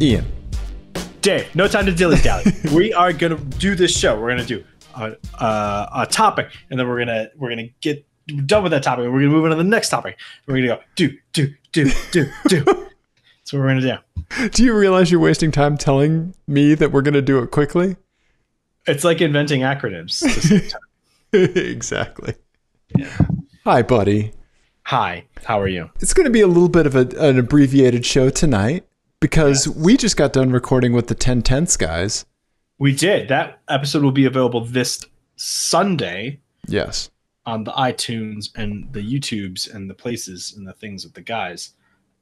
Ian. Dave, no time to dilly dally. we are gonna do this show. We're gonna do a, a, a topic, and then we're gonna we're gonna get done with that topic. and We're gonna move on to the next topic. We're gonna go do do do do do. That's what we're gonna do. Do you realize you're wasting time telling me that we're going to do it quickly? It's like inventing acronyms. at the same time. exactly. Hi, buddy. Hi, how are you? It's going to be a little bit of a, an abbreviated show tonight because we just got done recording with the 1010s guys. We did that episode will be available this Sunday Yes. on the iTunes and the YouTubes and the places and the things with the guys.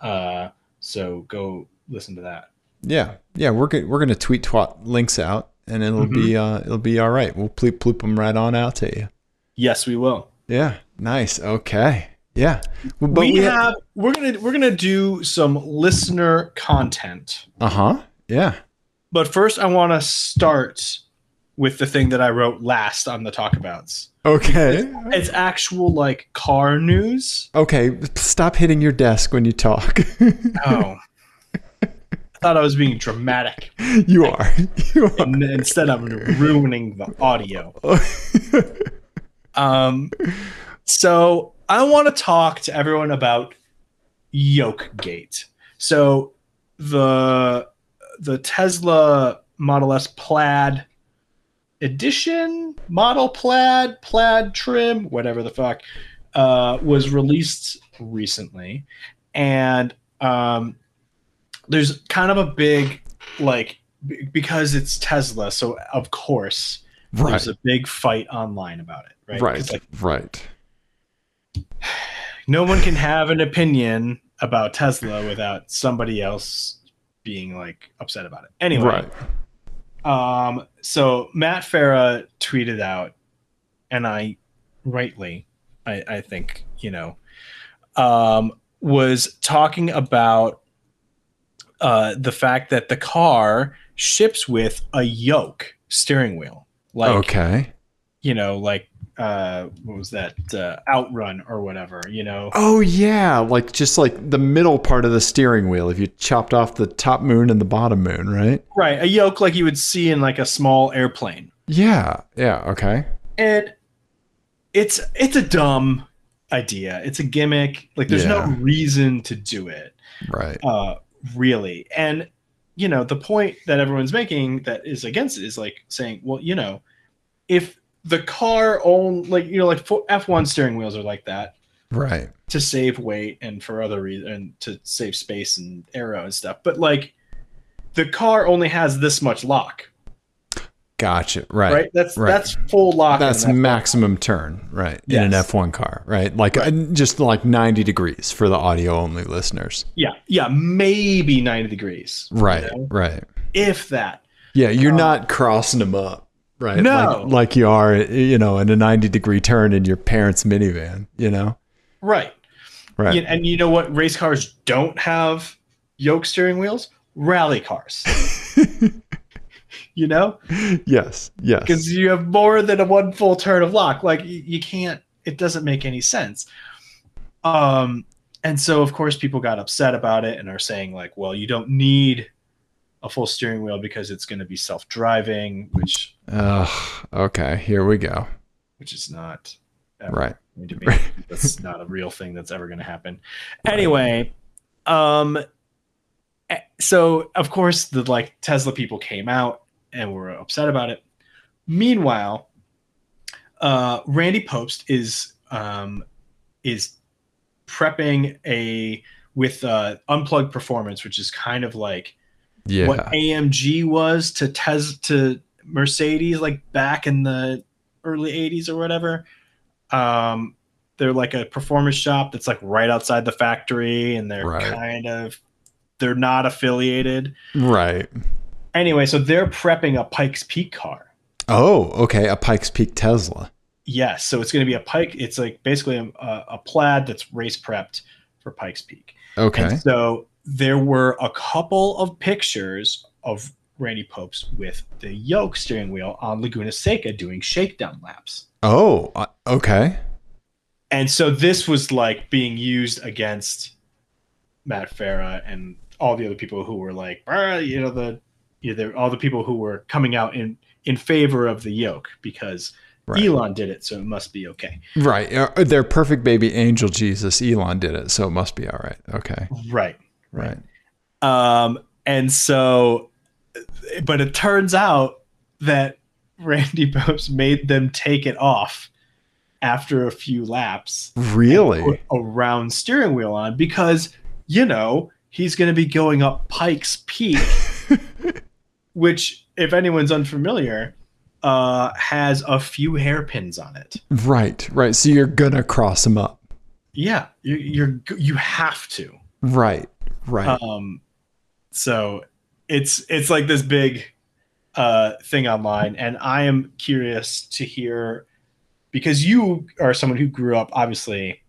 Uh, so go listen to that. Yeah. Yeah. We're go- we're going to tweet twat links out, and it'll be uh it'll be all right. We'll ploop ploop them right on out to you. Yes, we will. Yeah. Nice. Okay. Yeah. Well, But we, we have we're gonna we're gonna do some listener content. Uh huh. Yeah. But first I wanna start with the thing that I wrote last on the talkabouts. Okay. It's actual like car news. Okay. Stop hitting your desk when you talk. Oh. I thought I was being dramatic. you are. You are. And instead I'm ruining the audio. Um so I wanna talk to everyone about yoke gate. So the the Tesla Model S plaid edition, model plaid, plaid trim, whatever the fuck, uh, was released recently. And um, there's kind of a big, like, b- because it's Tesla, so of course, right. there's a big fight online about it, right? 'Cause, Right. like, right. no one can have an opinion about Tesla without somebody else being like upset about it. Anyway, Right. Um, so Matt Farah tweeted out, and I rightly, I, I think, you know, um, was talking about uh, the fact that the car ships with a yoke steering wheel. Like, okay. you know, like, uh, what was that? Uh, Outrun or whatever, you know? Oh yeah, like just like the middle part of the steering wheel. If you chopped off the top moon and the bottom moon, right? Right. A yoke like you would see in like a small airplane. Yeah. Yeah. Okay. and it's it's a dumb idea it's a gimmick like there's no Yeah. reason to do it Right. uh really and you know the point that everyone's making that is against it is like saying well you know if the car own like you know like for f1 steering wheels are like that Right. to save weight and for other reasons and to save space and aero and stuff but like the car only has this much lock Gotcha. right, Right. that's Right. that's full lock and That's maximum turn, right? In an Yes. F1 car, right? Like uh, just like 90 degrees for the audio only listeners. Yeah, yeah, maybe 90 degrees. you Right. know, Right. if that. Yeah, you're not crossing them up, right? Um, No. Like, like you are, you know, in a 90 degree turn in your parents' minivan, you know? Right. Right. You- And you know what race cars don't have yoke steering wheels? Rally cars. you know? yes. Yes. Because you have more than a one full turn of lock. Like y- you can't it doesn't make any sense. Um and so of course people got upset about it and are saying like, well, you don't need a full steering wheel because it's going to be self-driving, which Ugh, okay. Here we go. which is not Right. I mean, to me, that's not a real thing that's ever going to happen. Anyway, um, eh, so of course the like Tesla people came out and were upset about it. Meanwhile, uh, Randy Popst is um, is prepping a with uh, unplugged performance, which is kind of like Yeah. what AMG was to Tes to Mercedes like back in the early 80s or whatever. Um they're like a performance shop that's like right outside the factory and they're Right. kind of they're not affiliated. Right. Anyway, so they're prepping a Pikes Peak car. Oh, okay. A Pikes Peak Tesla. Yes, so it's going to be a Pike it's like basically a, a a plaid that's race prepped for Pikes Peak. Okay. And so there were a couple of pictures of Randy Popes with the yoke steering wheel on Laguna Seca doing shakedown laps. Oh, uh, okay. And so this was like being used against Matt Farah and all the other people who were like, "Brr," you know, the you know, they're- all the people who were coming out in in favor of the yoke because Right. Elon did it, so it must be okay. Right. Uh, Their perfect baby angel Jesus, Elon did it, so it must be all right. Okay. Right. Right. Um, and so, but it turns out that Randy Bopes made them take it off after a few laps, put Really? a round steering wheel on because, you know, he's going to be going up Pikes Peak, which, if anyone's unfamiliar, uh, has a few hairpins on it. Right. Right. So you're gonna cross him up. Yeah, you, you're you have to. Right. Right. um so it's it's like this big uh thing online and i am curious to hear because you are someone who grew up obviously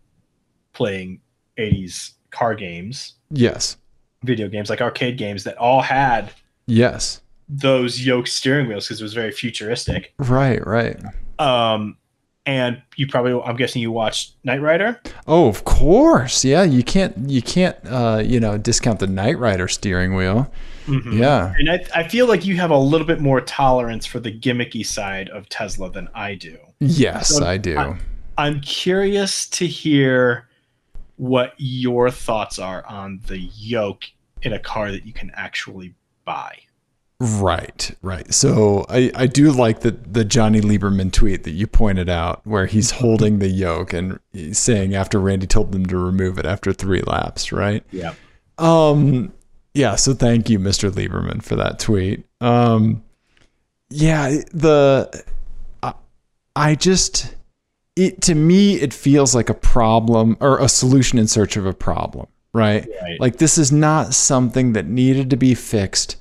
playing 80s car games yes. video games like arcade games that all had Yes. those yoke steering wheels because it was very futuristic Right. Right. um and you probably i'm guessing you watched knight rider Oh, of course. Yeah. You can't. You can't. Uh, you know, discount the Knight Rider steering wheel. Mhm. Yeah. and I, I feel like you have a little bit more tolerance for the gimmicky side of tesla than i do Yes, So, I do. I- I'm curious to hear what your thoughts are on the yoke in a car that you can actually buy. Right, right. So I, I do like the, the Johnny Lieberman tweet that you pointed out where he's holding the yoke and he's saying after Randy told them to remove it after three laps, right? Yeah. Um yeah, so thank you, Mr. Lieberman, for that tweet. Um yeah, the I, I just it to me it feels like a problem or a solution in search of a problem, right? Right. Like this is not something that needed to be fixed.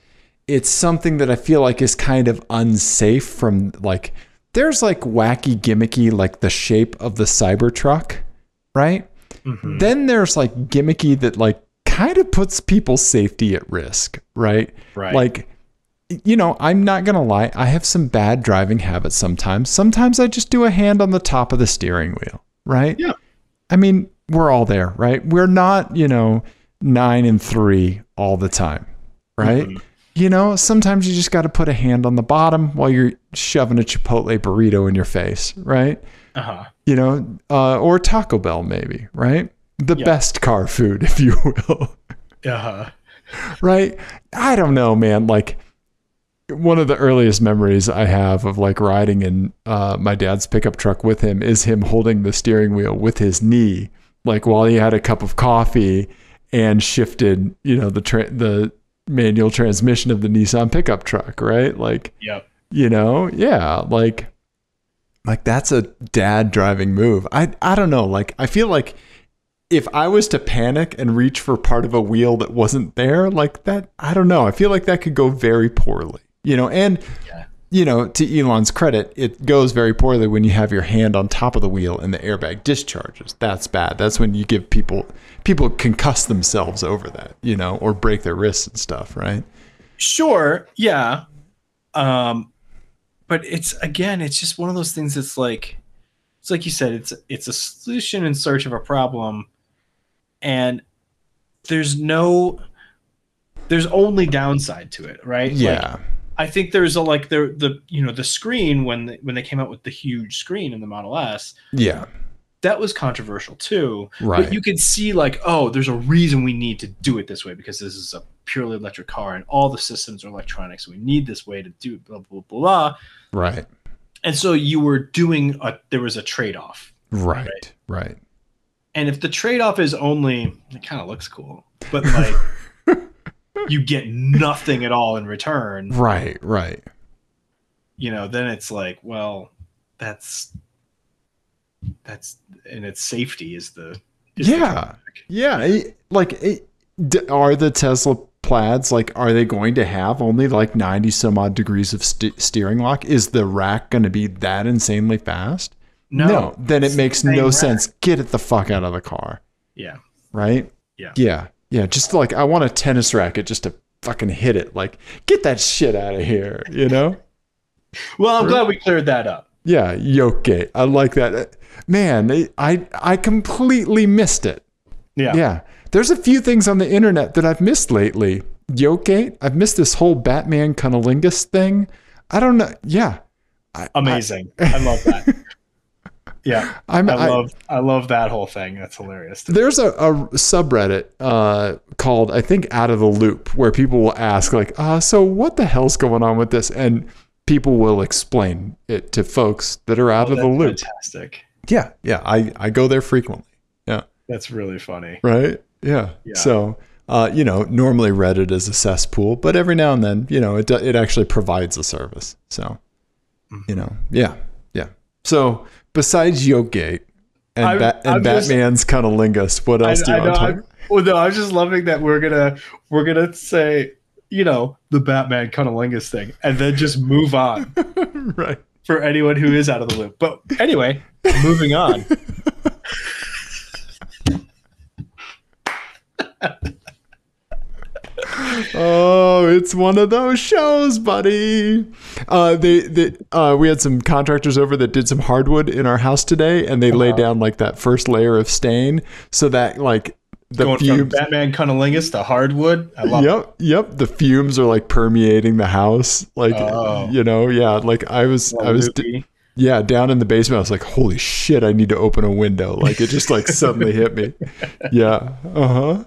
It's something that I feel like is kind of unsafe from like there's like wacky gimmicky like the shape of the Cybertruck, right? Mhm. Then there's like gimmicky that like kind of puts people's safety at risk, right? Right. Like you know, I'm not going to lie, I have some bad driving habits sometimes. Sometimes I just do a hand on the top of the steering wheel, right? Yeah. I mean, we're all there, right? We're not, you know, 9 and 3 all the time, right? Mm-hmm. You know, sometimes you just got to put a hand on the bottom while you're shoving a Chipotle burrito in your face, right? Uh-huh. you know, uh, or Taco Bell, maybe, right? The Yeah. best car food, if you will, Uh-huh. right? I don't know, man. Like, one of the earliest memories I have of like riding in uh, my dad's pickup truck with him is him holding the steering wheel with his knee, like while he had a cup of coffee and shifted, you know, the tra- the manual transmission of the Nissan pickup truck, right? Like, Yep. you know yeah like like that's a dad driving move i i don't know like i feel like if i was to panic and reach for part of a wheel that wasn't there like that i don't know i feel like that could go very poorly you know and Yeah. you know to elon's credit it goes very poorly when you have your hand on top of the wheel and the airbag discharges that's bad that's when you give people people concuss themselves over that you know or break their wrists and stuff right Sure. Yeah. Um but it's again, it's just one of those things that's like it's like you said, it's it's a solution in search of a problem and there's no there's only downside to it, right? Like, yeah I think there's a like the the you know the screen when the, when they came out with the huge screen in the Model S yeah that was controversial too. Right. But you could see like oh there's a reason we need to do it this way because this is a purely electric car and all the systems are electronic so we need this way to do it, blah blah blah. blah. right And so you were doing a there was a trade off. right right And if the trade off is only it kind of looks cool, but like you get nothing at all in return. Right, right. you know then it's like well that's that's and it's safety is the is the Yeah. drawback. Yeah, it- like it, d- are the Tesla plaids like are they going to have only like 90 some odd degrees of st- steering lock? Is the rack going to be that insanely fast? no, then it it's makes the same no rack. sense. Get it the fuck out of the car, yeah right? Yeah. Yeah. Yeah, just like I want a tennis racket just to fucking hit it. Like get that shit out of here, you know? well i'm glad we cleared that up Yeah, yoke gate. I like that. Man, I I completely missed it. yeah, Yeah. There's a few things on the internet that I've missed lately. Yokegate. I've missed this whole Batman cunnilingus thing. I don't know. Yeah. I, Amazing. I, love that. Yeah. I, am I love I love that whole thing. That's hilarious. to me. there's a, a subreddit uh, called I think Out of the Loop where people will ask like, uh, so what the hell's going on with this? And people will explain it to folks that are out of the That's loop. Fantastic. Yeah, yeah. I I go there frequently. That's really funny. Right. Yeah. Yeah. So. Uh, you know, normally Reddit is a cesspool, but every now and then, you know, it do- it actually provides a service. So, Mm-hmm. you know, yeah, yeah. So besides Yokegate and, I'm- Bat and I'm just- Batman's cunnilingus, what else do you want to talk? I'm, well, no, I'm just loving that we're gonna we're gonna say you know the Batman cunnilingus thing, and then just move on Right. for anyone who is out of the loop. But anyway, moving on. Oh, it's one of those shows, buddy. Uh, they, they, uh, we had some contractors over that did some hardwood in our house today, and they Uh-huh. laid down like that first layer of stain, so that like the Going from fumes. Batman cunnilingus to hardwood. I love Yep, yep. The fumes are like permeating the house, like Oh. you know, yeah. Like I was, it. I was, d- Movie. yeah, down in the basement. I was like, holy shit, I need to open a window. Like it just like suddenly hit me. Yeah. Uh huh.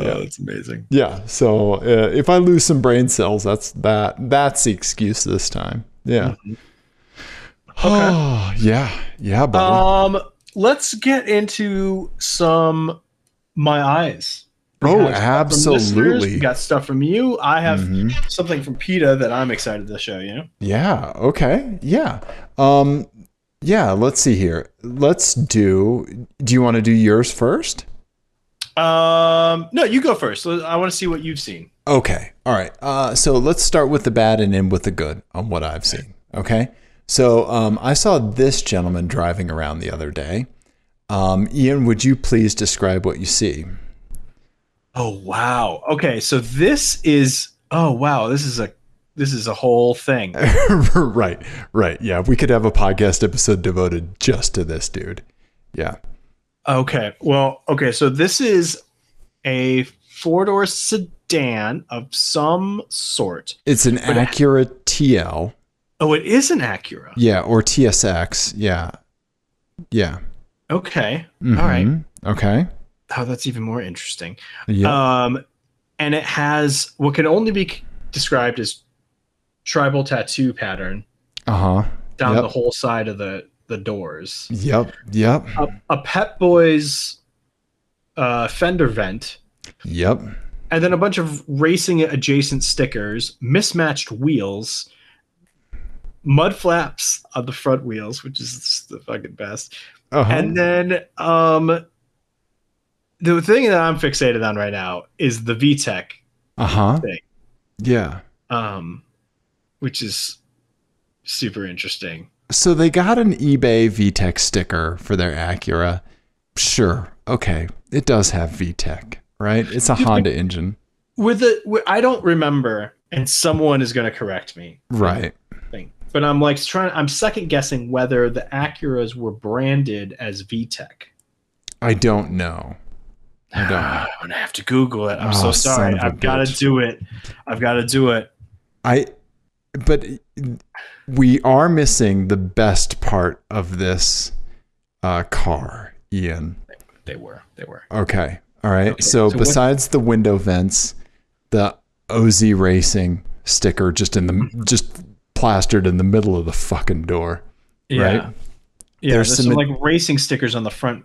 Oh, that's amazing. Yeah. So uh, if I lose some brain cells, that's that. That's the excuse this time. Yeah. Mm-hmm. Oh, yeah. Yeah, buddy. Um, let's get into some my eyes. We oh, have stuff from listeners, We absolutely. got stuff from you. I have Mhm. something from PETA that I'm excited to show you. Yeah. Okay. Yeah. Um. Yeah. Let's see here. Let's do. Do you want to do yours first? Um, no, you go first. Let- I want to see what you've seen. Okay. All right. Uh, so let's start with the bad and end with the good on what I've seen. Okay. So um, I saw this gentleman driving around the other day. Um, Ian, would you please describe what you see? Oh wow. Okay, so this is oh wow, this is a this is a whole thing. right. Right. Yeah. We could have a podcast episode devoted just to this dude. Yeah. Okay. Well, okay, so this is a four-door sedan of some sort. It's an Acura TL. Oh, it is an Acura. Yeah. Or TSX. Yeah. Yeah. Okay. All right. Mhm. Okay. Oh, that's even more interesting. Yeah. Um, and it has what can only be c- described as tribal tattoo pattern Uh huh. down Yep. the whole side of the the doors. Yep. Yep. A, a Pet Boys uh, fender vent, Yep. and then a bunch of racing adjacent stickers, mismatched wheels, mud flaps on the front wheels, which is just the fucking best. Uh-huh. And then um, the thing that I'm fixated on right now is the VTEC uh huh. thing. Yeah. um, which is super interesting. So they got an eBay VTEC sticker for their Acura. Sure. Okay. It does have VTEC, right? It's a Honda engine. With the wi- I don't remember, and someone is going to correct me. Right. Thing, but I'm like trying. I'm second guessing whether the Acuras were branded as VTech. I don't know. I don't. I'm gonna have to Google it. I'm Ah. Oh, so son sorry. of a I've got to bitch. do it. I've got to do it. I but we are missing the best part of this uh car, Ian. They were. They were. Okay. All right. Okay, So, so what- besides the window vents, the OZ Racing sticker just in Mm-hmm. the just plastered in the middle of the fucking door. Yeah. Right. Yeah. There's There's some some ad- like racing stickers on the front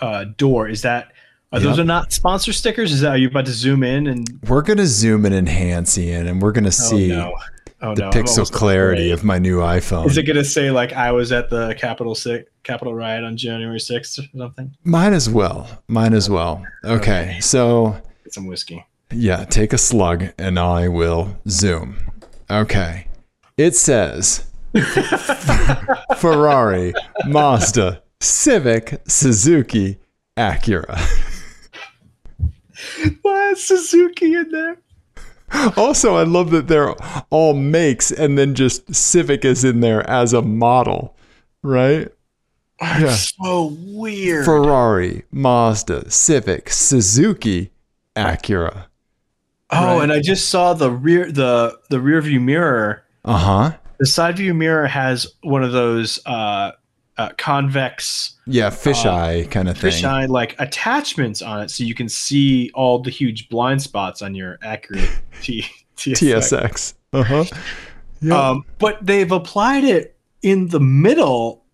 uh, door. Is that? Are Yeah. those are not sponsor stickers? Is that? Are you about to zoom in and We're gonna zoom and enhance Ian, and we're gonna see Oh, no. Oh, the no. I'm pixel almost clarity afraid. of my new iPhone. Is it gonna say like I was at the Capitol six Capitol riot on January sixth or something? Might as well. Might as well. Okay. So Get some whiskey. yeah, take a slug, and I will zoom. Okay. It says Ferrari, Mazda, Civic, Suzuki, Acura. Why is Suzuki in there? Also, I love that they're all makes and then just Civic is in there as a model, right? are Yeah. so weird. Ferrari, Mazda, Civic, Suzuki, Acura. oh, right. and I just saw the rear the the rear view mirror. Uh huh. The side view mirror has one of those uh, uh convex Yeah, fisheye kind of thing. Uh, fisheye like attachments on it, so you can see all the huge blind spots on your accurate T TSX. TSX. Uh huh. Yeah. Um, but they've applied it in the middle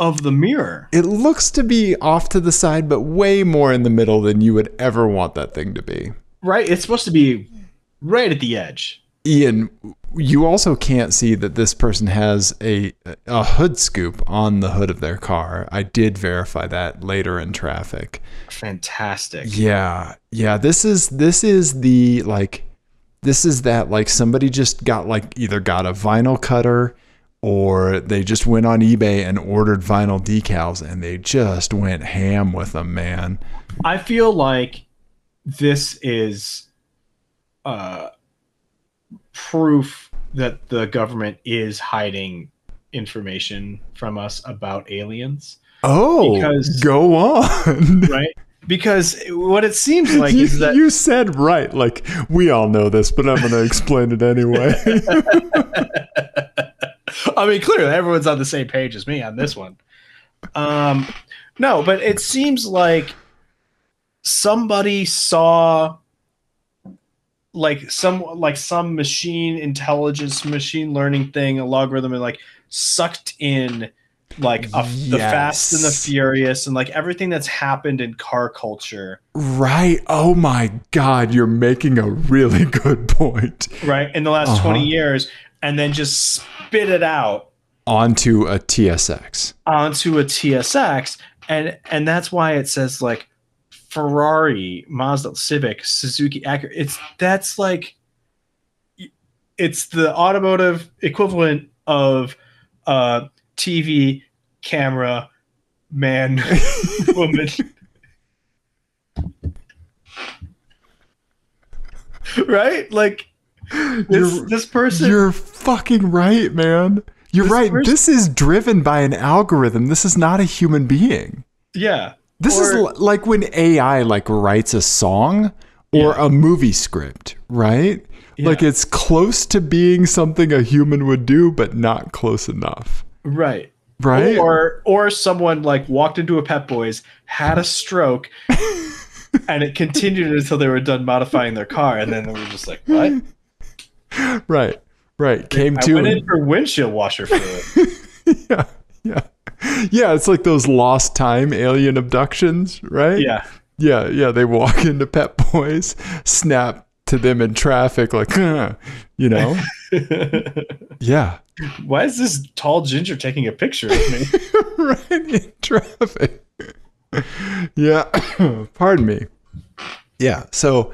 of the mirror. it looks to be off to the side, but way more in the middle than you would ever want that thing to be. Right? It's supposed to be right at the edge. Ian, you also can't see that this person has a a hood scoop on the hood of their car. I did verify that later in traffic. Fantastic. Yeah. Yeah, this is this is the like this is that like somebody just got like either got a vinyl cutter or they just went on eBay and ordered vinyl decals and they just went ham with them, man. I feel like this is uh, proof that the government is hiding information from us about aliens, Oh, Because- go on. right? Because what it seems like you, is that you said right. Like we all know this, but I'm going to explain it anyway. I mean, clearly everyone's on the same page as me on this one. Um, no, but it seems like somebody saw like some like some machine intelligence, machine learning thing, a logarithm, and like sucked in like a, the Fast and the Yes. Furious and like everything that's happened in car culture, right? Oh my God, you're making a really good point. right, in the last Uh-huh. twenty years, and then just spit it out Onto a TSX. onto a TSX, and and that's why it says like Ferrari, Mazda, Civic, Suzuki, Acura. It's that's like it's the automotive equivalent of uh, TV, camera, man, woman. right? Like this, You're- this person You're fucking right, man. You're This right. person- This is driven by an algorithm. This is not a human being. yeah. This is Or- l- like when AI like writes a song or a movie script, right? Like Yeah. it's close to being something a human would do, but not close enough, Right. right? or or someone like walked into a Pep Boys, had a stroke, and it continued until they were done modifying their car, and then they were just like, "What? right, right. Came I to went and- in for windshield washer fluid." yeah, yeah, yeah. It's like those lost time alien abductions, right? yeah, yeah, yeah. They walk into Pet Boys, snap to them in traffic, like, "Huh," you know, yeah, why is this tall ginger taking a picture of me? right in traffic. yeah, pardon me. Yeah, so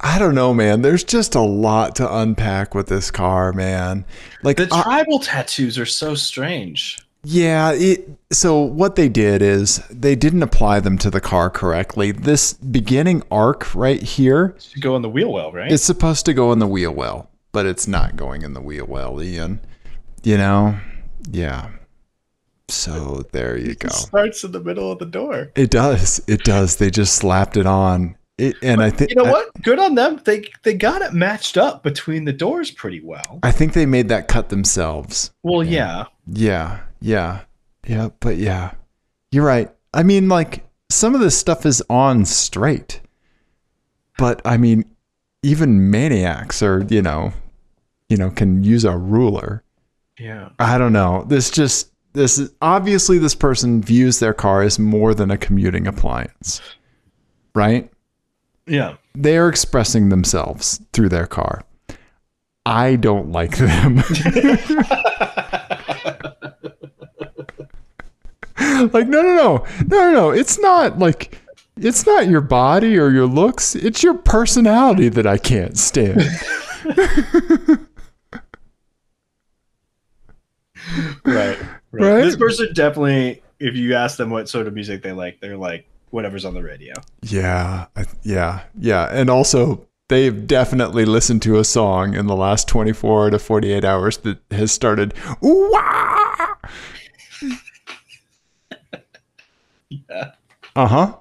I don't know, man. There's just a lot to unpack with this car, man. Like, The I- tribal tattoos are so strange. Yeah, it, so what they did is they didn't apply them to the car correctly. This beginning arc right here Should go on the wheel well, right? is supposed to go in the wheel well, but it's not going in the wheel well, Ian. You know? Yeah. So there you go. It starts in the middle of the door. It does. It does. They just slapped it on. It, and I think You know what? Good on them. They they got it matched up between the doors pretty well. I think they made that cut themselves. Well, yeah. Yeah, yeah, yeah. But yeah, you're right. I mean, like some of this stuff is on straight, but I mean, even maniacs are you know, you know, can use a ruler. Yeah. I don't know. This just this is obviously this person views their car as more than a commuting appliance, right? Yeah. They are expressing themselves through their car. I don't like them. like no no no no no no it's not like it's not your body or your looks it's your personality that i can't stand right, right. Right? This person definitely, if you ask them what sort of music they like, they're like whatever's on the radio. yeah I, yeah yeah and also they've definitely listened to a song in the last 24 to 48 hours that has started ooh wah! Yeah. Uh huh.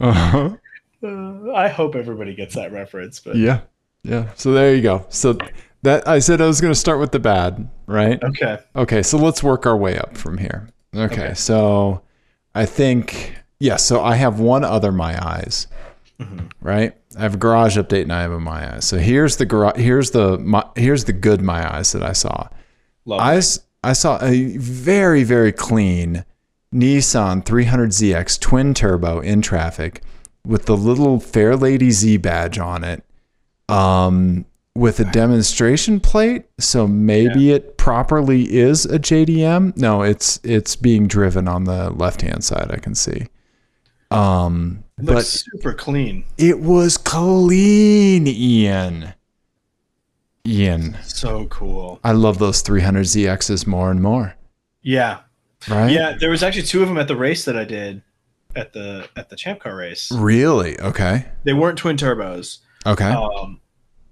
Uh huh. Uh, I hope everybody gets that reference, but Yeah. Yeah. So there you go. So that I said I was going to start with the bad, right? okay. Okay, so let's work our way up from here. Okay, Okay. so I think yeah, so I have one other my eyes, Mhm. right? I have a garage update and I have a my eyes. So here's the garage. Here's the my, here's the good my eyes that I saw. Love I s- I saw a very very clean Nissan 300ZX twin turbo in traffic with the little Fair Lady Z badge on it. Um with a demonstration plate, so maybe it properly is a JDM. No, it's it's being driven on the left-hand side, I can see. Um it. but Looks super clean. it was clean, Ian. Ian. So cool. I love those 300ZXs more and more, Yeah. right? Yeah. There was actually two of them at the race that I did at the at the champ car race. Mm. Really? Okay. They weren't twin turbos. Okay. Um,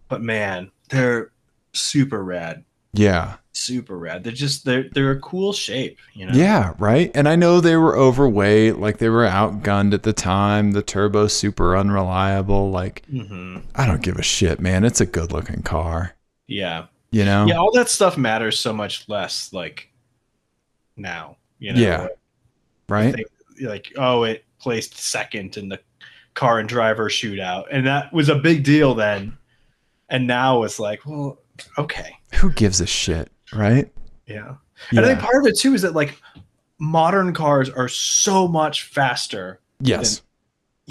but man, they're super rad. yeah. Super rad. They're just they're they're a cool shape, you know. Yeah, right? And I know they were overweight, like they were outgunned at the time, the turbo super unreliable, like hmm I don't give a shit, man. It's a good-looking car, Yeah. you know? Yeah. All that stuff matters so much less, like now. You know. Yeah. right? like oh it placed second in the car and driver shootout and that was a big deal then and now it's like well okay Who gives a shit, right? yeah, and i think Yeah. part of it too is that like modern cars are so much faster Yes.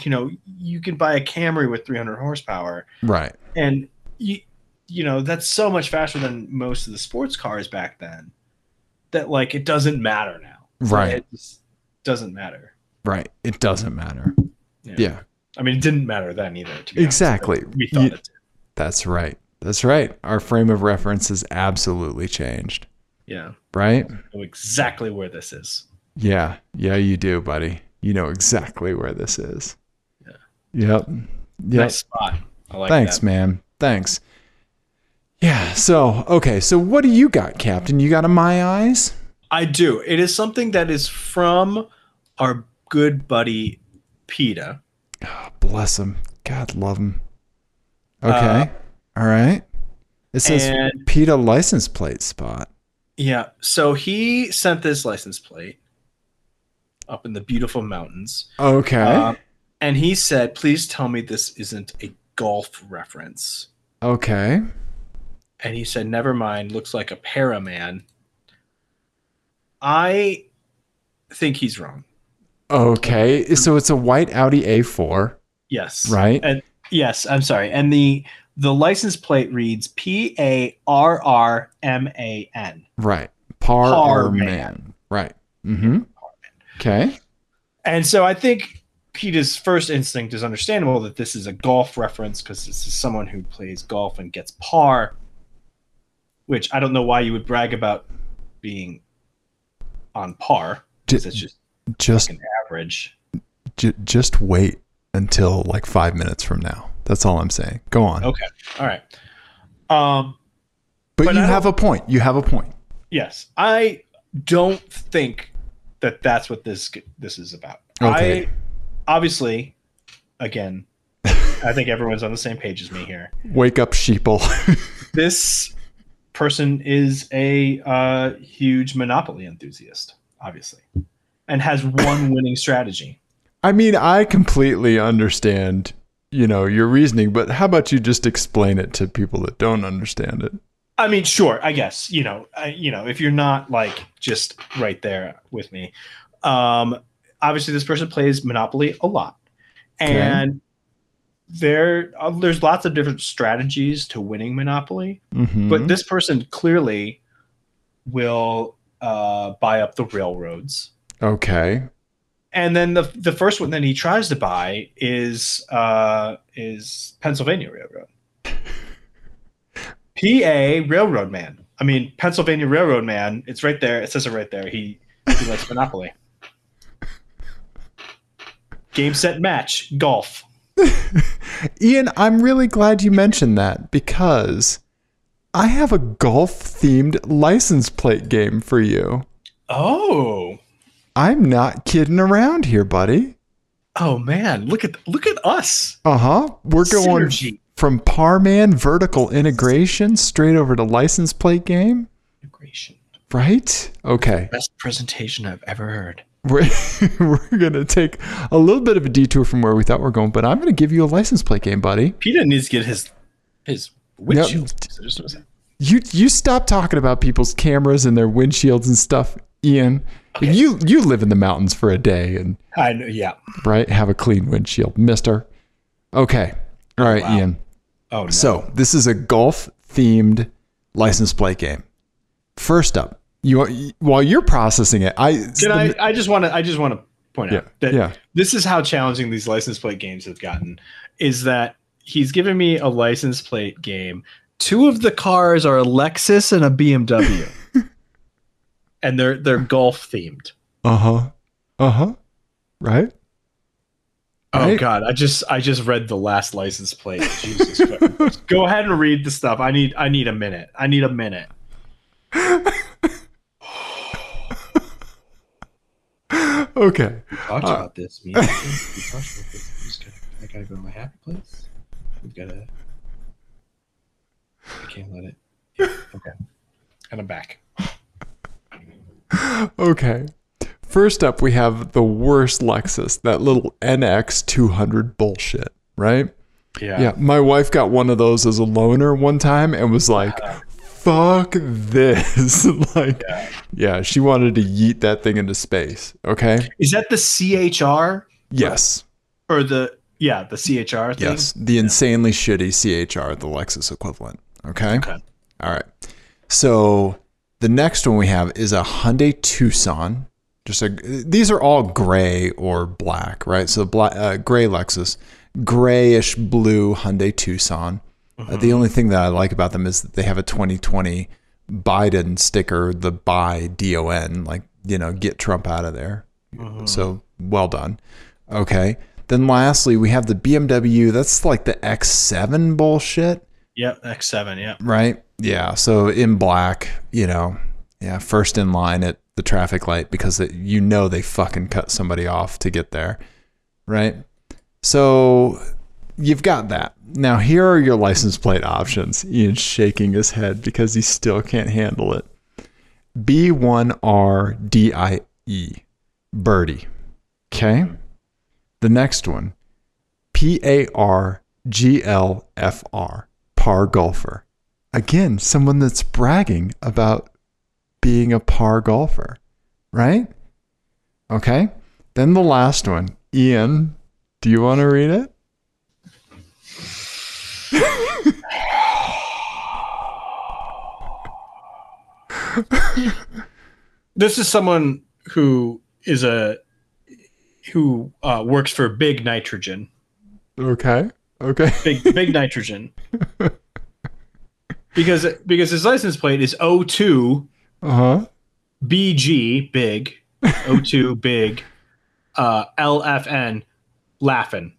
you know you can buy a camry with 300 horsepower Right. and you you know that's so much faster than most of the sports cars back then that like it doesn't matter now Right. it just doesn't matter Right. It doesn't matter. Yeah. Yeah. i mean it didn't matter then either to be honest. Exactly. we thought You- it did. that's right. That's right. Our frame of reference has absolutely changed, Yeah, right? know exactly where this is. Yeah, yeah, you do, buddy. You know exactly where this is. Yeah. Yep. Yep. Nice spot. I like Thanks, that. man. Thanks. Yeah. So, okay. So, what do you got, Captain? You got a my eyes? I do. It is something that is from our good buddy PETA. Oh, bless him. God love him. Okay. Uh, All right. It says and- PETA license plate spot. Yeah. So he sent this license plate up in the beautiful mountains. Okay. Uh, and he said, please tell me this isn't a golf reference. okay. And he said, never mind. Looks like a para man. I think he's wrong. Okay. So, it's a white Audi A4, Yes. right? And yes, I'm sorry. And the the license plate reads P A R R M A N. Right. Par, Par or man. man. Right. Mm hmm. Okay. And so I think Peter's first instinct is understandable that this is a golf reference because this is someone who plays golf and gets par, which I don't know why you would brag about being on par. 'cause J- It's just just an average. j- just wait until like five minutes from now. That's all I'm saying. Go on. Okay. All right. Um, But, But you I have a point. You have a point. Yes, I don't think that that's what this this is about. Okay. I obviously, again, I think everyone's on the same page as me here. Wake up, sheeple. This person is a uh, huge Monopoly enthusiast, obviously, and has one winning strategy. I mean, I completely understand, you know, your reasoning, but how about you just explain it to people that don't understand it? I mean, sure, I guess you know, I, you know, if you're not like just right there with me, um, obviously this person plays Monopoly a lot, Okay. and there uh, there's lots of different strategies to winning Monopoly, Mhm. but this person clearly will uh, buy up the railroads, okay. and then the the first one that he tries to buy is uh, is Pennsylvania Railroad. PA Railroad Man. I mean Pennsylvania Railroad Man. It's right there. It says it right there. He he likes Monopoly. Game set match golf. Ian, I'm really glad you mentioned that because I have a golf themed license plate game for you. Oh. I'm not kidding around here, buddy. Oh man, look at look at us. Uh huh. We're going Synergy. from Parman vertical integration straight over to license plate game, Integration. right? Okay. Best presentation I've ever heard. We're, we're going to take a little bit of a detour from where we thought we are going, but I'm going to give you a license plate game, buddy. Peter needs to get his his windshield. No. You you stop talking about people's cameras and their windshields and stuff, Ian. Okay. You you live in the mountains for a day and I know. Yeah. right? Have a clean windshield, mister. Okay. All right, Ian. Oh no. So, this is a golf themed license plate game. First up, you are, while you're processing it, I Can I? I just want to. I just want to point Yeah, out that yeah. this is how challenging these license plate games have gotten. Is that he's given me a license plate game. Two of the cars are a Lexus and a BMW, and they're they're golf themed. Uh-huh. Uh-huh. Right? Oh Right? God! I just I just read the last license plate. Jesus Christ. Go ahead and read the stuff. I need I need a minute. I need a minute. Okay. talked Uh, about this. Me and Tim, we talked about this. I'm just gonna, I gotta go to my happy place. We've gotta. I can't let it. Yeah, okay. And I'm back. Okay. First up, we have the worst Lexus, that little NX 200 bullshit, right? Yeah. Yeah, my wife got one of those as a loner one time and was like, fuck this. like, yeah. she wanted to yeet that thing into space. Okay. Is that the CHR Yes. or the yeah the CHR thing? Yes. The insanely shitty CHR, the Lexus equivalent. Okay. Okay. All right. So the next one we have is a Hyundai Tucson. Just a, these are all gray or black, right? So black, uh, gray Lexus, grayish blue Hyundai Tucson. Uh, the only thing that I like about them is that they have a 2020 Biden sticker, the by DON, like, you know, get Trump out of there. So well done. Okay. Then lastly, we have the BMW. That's like the X7 bullshit Yep. X7. Yep. right? Yeah. So in black, you know, yeah, first in line at the traffic light because it, you know they fucking cut somebody off to get there, right? So you've got that. Now here are your license plate options. Ian's shaking his head because he still can't handle it. B1RDIE, E. birdie. Okay. The next one, P A R G L F R, par golfer. Again, someone that's bragging about being a par golfer, right? Okay. Then the last one, Ian, do you want to read it? This is someone who is a who uh, works for Big Nitrogen. Okay. Okay. big big nitrogen because because his license plate is O2 Uh huh. BG big O2 big uh LFN laughing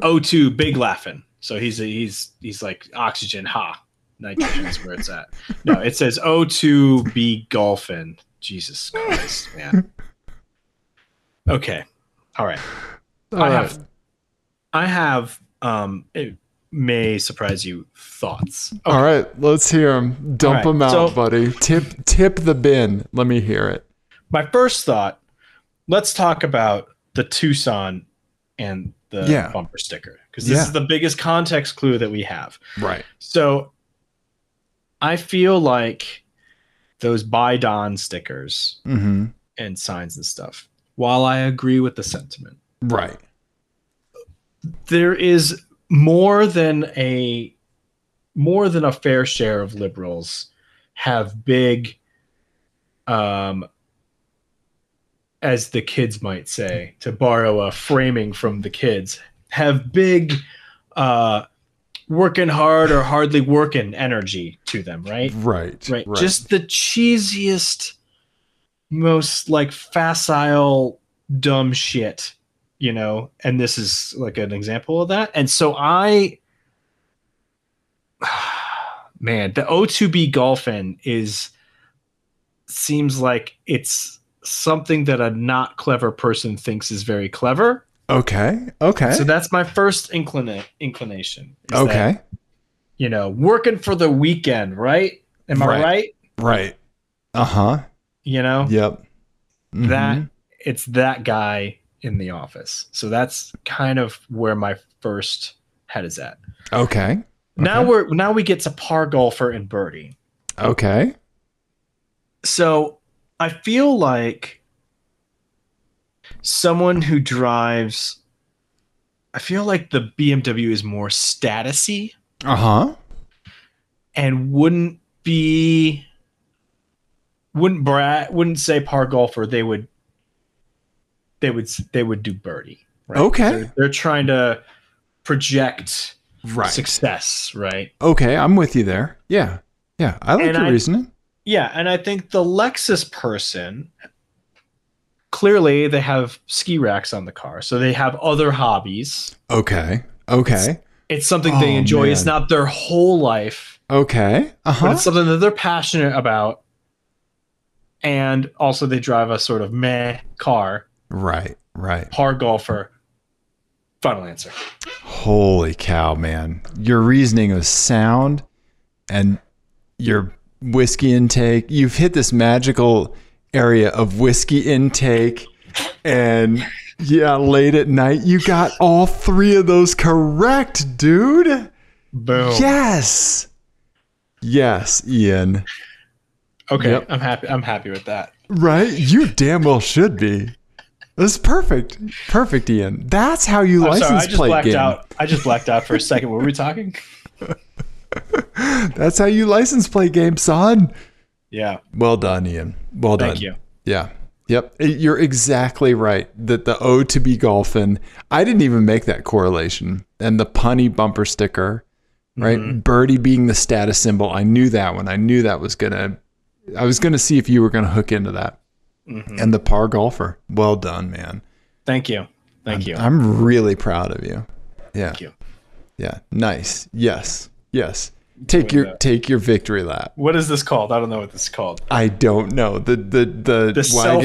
O2 big laughing so he's he's he's like oxygen ha nitrogen is where it's at no it says O2 B golfing Jesus Christ man okay all right All right. have- I have um it may surprise you thoughts All right. Let's hear them. Dump right, them out, so- buddy. Tip tip the bin. Let me hear it. my first thought let's talk about the tucson and the Yeah. bumper sticker because this Yeah. is the biggest context clue that we have Right. so i feel like those buy don stickers Mm-hmm. and signs and stuff while i agree with the sentiment Right. there is more than a more than a fair share of liberals have big um as the kids might say to borrow a framing from the kids have big uh working hard or hardly working energy to them right Right. right, just the cheesiest most like facile dumb shit you know and this is like an example of that and so i man the o2b golfin is seems like it's something that a not clever person thinks is very clever. Okay. Okay. So that's my first inclina- inclination. is that, okay. you know, working for the weekend, right? Am I Right. right? Right. Uh huh. You know, Yep. that Mhm. it's that guy in the office. So that's kind of where my first head is at. Okay. Now Okay. we're now we get to par golfer and birdie. Okay. So I feel like someone who drives I feel like the BMW is more statusy Uh huh. and wouldn't be wouldn't brat wouldn't say par golfer they would they would they would do birdie right? Okay. they're, they're trying to project Right. success right Okay. I'm with you there. Yeah. Yeah. I like And your I- reasoning. yeah and i think the lexus person clearly they have ski racks on the car so they have other hobbies Okay. Okay. it's something they Oh, enjoy it's man. not their whole life Okay. Uh but huh. it's something that they're passionate about. And also, they drive a sort of meh car, Right. Right. par golfer. Final answer. Holy cow, man. Your reasoning was sound and your whiskey intake. You've hit this magical area of whiskey intake and yeah, late at night. You got all three of those correct, dude. Boom. Yes. Yes, Ian. Okay, Yep. I'm happy. I'm happy with that. Right? You damn well should be. That's perfect. Perfect, Ian. That's how you I'm license sorry, I just plate blacked game. out. I just blacked out for a second. What were we talking? That's how you license plate game, son. Yeah. Well done, Ian. Well done. Thank you. Yeah. Yep. Eh, You're exactly right that the O to be golfing, I didn't even make that correlation. And the punny bumper sticker, right? Mm-hmm. Birdie being the status symbol. I knew that one. I knew that was going to, I was going to see if you were going to hook into that. Mhm. And the par golfer. Well done, man. Thank you. Thank you. I'm really proud of you. Yeah. Thank you. Yeah. Nice. Yes. Yes. Take your that. take your victory lap. What is this called? I don't know what this is called. I don't know. The the the, The why- self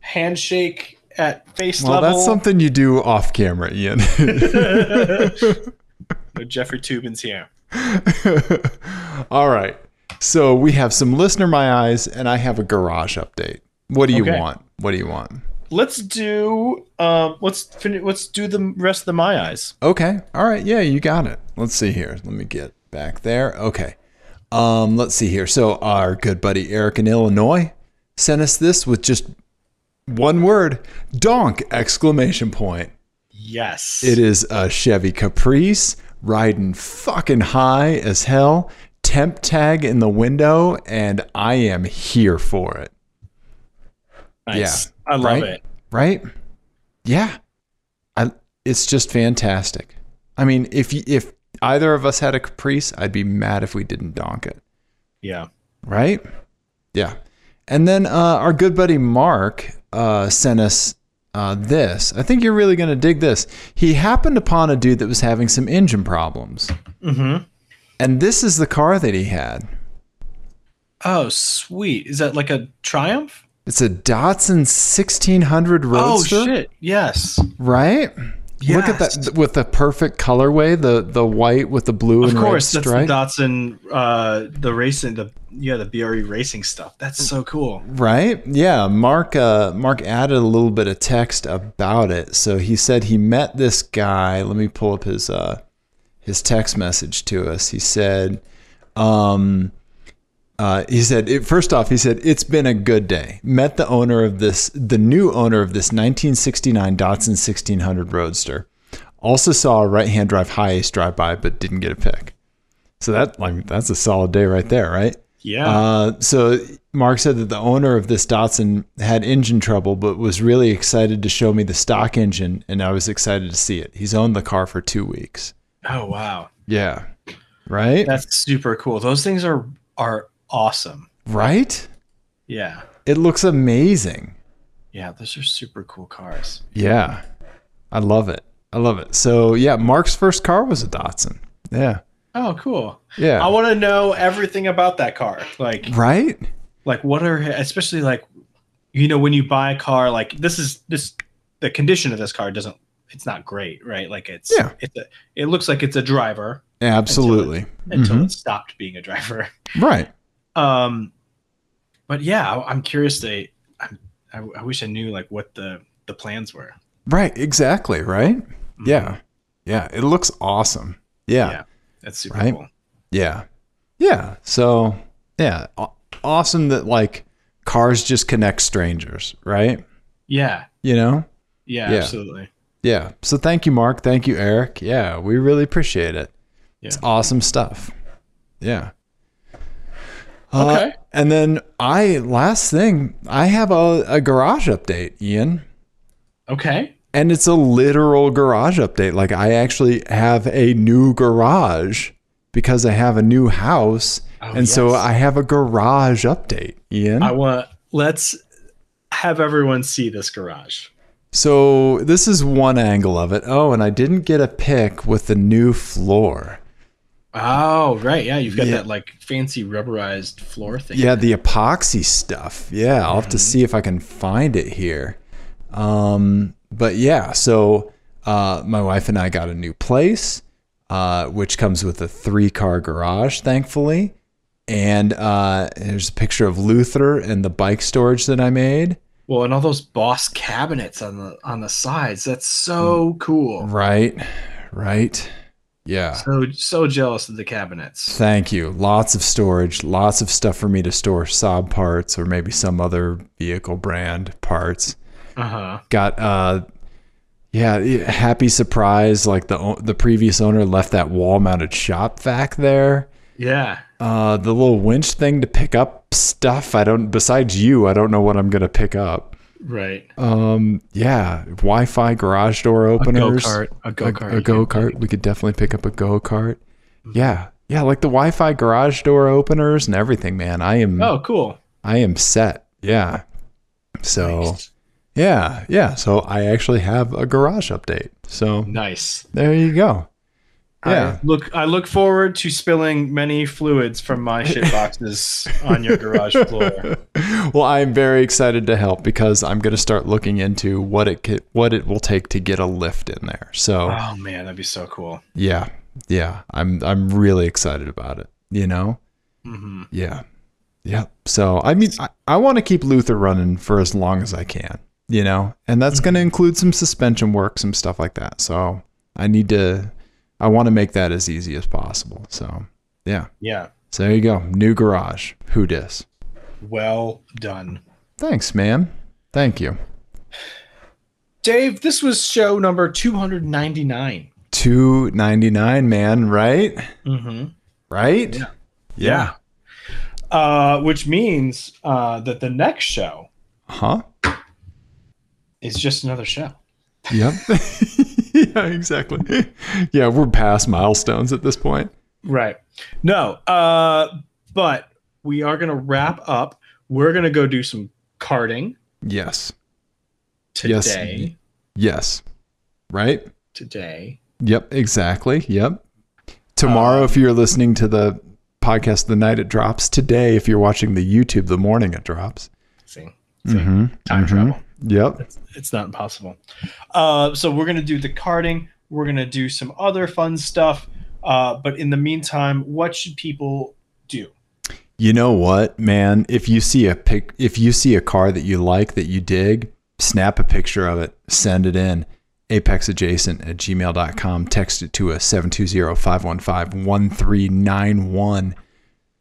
handshake at face Well, level. that's something you do off camera, Ian. Oh, Jeffrey Tubin's here. All right. So we have some listener my eyes, and I have a garage update. What do you Okay. want? What do you want? Let's do. Um. Let's finish. Let's do the rest of the my eyes. Okay. All right. Yeah, you got it. Let's see here. Let me get back there. Okay. Um, let's see here. So our good buddy Eric in Illinois sent us this with just one word: donk! Exclamation point. Yes. It is a Chevy Caprice riding fucking high as hell, temp tag in the window, and I am here for it. Nice. I love Right? it. Right? Yeah. I, it's just fantastic. I mean, if you, if either of us had a Caprice, I'd be mad if we didn't donk it. Yeah. right? Yeah. And then uh, our good buddy Mark uh, sent us uh, this. I think you're really going to dig this. He happened upon a dude that was having some engine problems. Mm-hmm. And this is the car that he had. Oh, sweet. Is that like a triumph? It's a Datsun 1600 Roadster, Oh shit. Yes. right? Look at Yes. that with the perfect colorway, the the white with the blue Of and course, red that's stripe. the Datsun, uh, the racing, the yeah, the BRE racing stuff. That's so cool. Right? Yeah. Mark uh, Mark added a little bit of text about it. So he said he met this guy. Let me pull up his uh, his text message to us. He said, um, uh, he said it, first off, he said it's been a good day. Met the owner of this, the new owner of this 1969 Datsun 1600 Roadster. Also saw a right-hand drive high ace drive by, but didn't get a pick. So that like that's a solid day right there, right? Yeah. Uh, so Mark said that the owner of this Datsun had engine trouble, but was really excited to show me the stock engine, and I was excited to see it. He's owned the car for two weeks. oh wow, Yeah, right, that's super cool. Those things are are awesome. right. Yeah. It looks amazing. Yeah. Those are super cool cars. Yeah, I love it. I love it. So yeah, Mark's first car was a Datsun. Yeah, Oh, cool. yeah, I want to know everything about that car. Like, right. like what are especially like you know when you buy a car like this is this the condition of this car doesn't it's not great right like it's Yeah. it's a, it looks like it's a driver Absolutely. until Mhm. it stopped being a driver Right. um but yeah I, i'm curious to I'm, I, I wish i knew like what the the plans were Right. Exactly. Right. Yeah. Yeah. It looks awesome. Yeah. Mm-hmm. Yeah. that's super Right. cool Yeah. Yeah. So, yeah. aw- Awesome that like cars just connect strangers, right? yeah You know? yeah, Yeah. absolutely Yeah. So thank you, Mark. Thank you, Eric. Yeah. We really appreciate it. It's Yeah. awesome stuff. Yeah. Uh, Okay. and then I, last thing, I have a, a garage update, Ian. okay And it's a literal garage update. Like I actually have a new garage because I have a new house. Oh, and so yes. I have a garage update, Ian. i want let's have everyone see this garage so this is one angle of it. Oh, and I didn't get a pic with the new floor. oh right yeah you've got Yeah. that like fancy rubberized floor thing Yeah, the epoxy stuff. Yeah, I'll have to see if I can find it here. Um, but yeah, so uh, my wife and I got a new place, uh, which comes with a three car garage, thankfully. And uh, there's a picture of Luther and the bike storage that I made. Well, and all those boss cabinets on the on the sides. That's Hmm. so cool. Right, right. Yeah. So so jealous of the cabinets. Thank you. Lots of storage, lots of stuff for me to store Saab parts or maybe some other vehicle brand parts. Uh-huh. got uh yeah happy surprise like the o- the previous owner left that wall mounted shop vac there Yeah. uh the little winch thing to pick up stuff i don't besides you i don't know what i'm gonna pick up Right. um yeah wi-fi garage door openers A a, go-kart. a go-kart we could definitely pick up a go-kart yeah yeah like the wi-fi garage door openers and everything man i am Oh, cool. i am set yeah so Nice. yeah, yeah. So I actually have a garage update. So Nice. there you go. Yeah. I look I look forward to spilling many fluids from my shit boxes on your garage floor. Well, I'm very excited to help because I'm going to start looking into what it could, what it will take to get a lift in there. So Oh man, that'd be so cool. yeah, yeah. I'm I'm really excited about it. You know. hmm Yeah. Yeah. So I mean, I, I want to keep Luther running for as long as I can. You know, and that's going to include some suspension work, some stuff like that. So I need to, I want to make that as easy as possible. So yeah. Yeah. So there you go. New garage. Who dis? Well done. Thanks, man. Thank you. Dave, this was show number 299. 299, man, right? Mm-hmm. Right? Yeah. Yeah. Uh, which means uh, that the next show Huh? is just another show. Yep. yeah, exactly. Yeah, we're past milestones at this point. Right. No, uh, but we are going to wrap up. We're going to go do some karting Yes. Yes. today. Yes. Right? Today. Yep, exactly. Yep. Tomorrow, if you're listening to the podcast the night it drops, today, if you're watching the YouTube the morning it drops. See, see, time mhm. travel. Yep. It's not impossible. Uh, so we're going to do the karting. We're going to do some other fun stuff. Uh, but in the meantime, what should people do? You know what, man? If you see a pic, if you see a car that you like that you dig, snap a picture of it, send it in apexadjacent at gmail.com, text it to us 720-515-1391.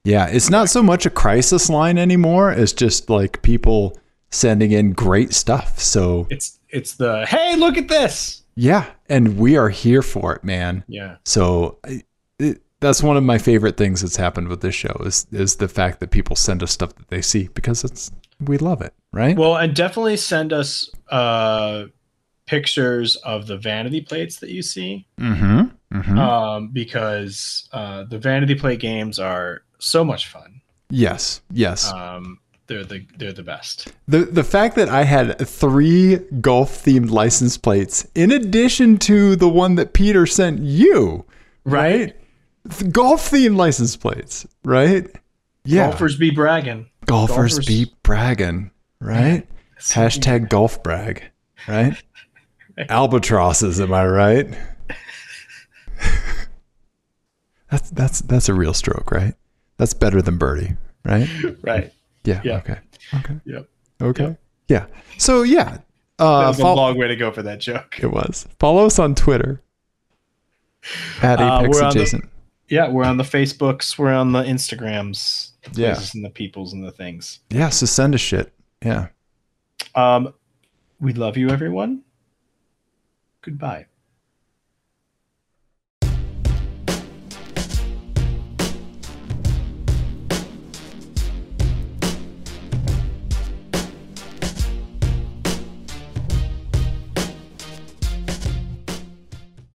Yeah, it's not so much a crisis line anymore, it's just like people sending in great stuff. So, It's it's the hey, look at this. yeah, and we are here for it, man. Yeah. So I- it, that's one of my favorite things that's happened with this show is is the fact that people send us stuff that they see because it's we love it, right? Well, and definitely send us uh, pictures of the vanity plates that you see, mm-hmm. Mm-hmm. um, because uh, the vanity plate games are so much fun. yes, yes. Um, they're the they're the best. the the fact that I had three golf themed license plates in addition to the one that Peter sent you, right? Golf themed license plates, right? Yeah. Golfers be bragging. golfers Golfers- be bragging, right? Hashtag golf brag, right? Albatrosses, am I right? that's that's that's a real stroke, right? That's better than birdie, right? right. Yeah. Yeah. Okay. Okay. Yep. Okay. Yeah. So yeah. That Uh, was fol- a long way to go for that joke. it was. Follow us on Twitter at Uh, Apex we're on the- Adjacent. Yeah, we're on the Facebooks, we're on the Instagrams, the Yeah. places and the peoples and the things. yeah. So send us shit. Yeah. Um, we love you, everyone. Goodbye.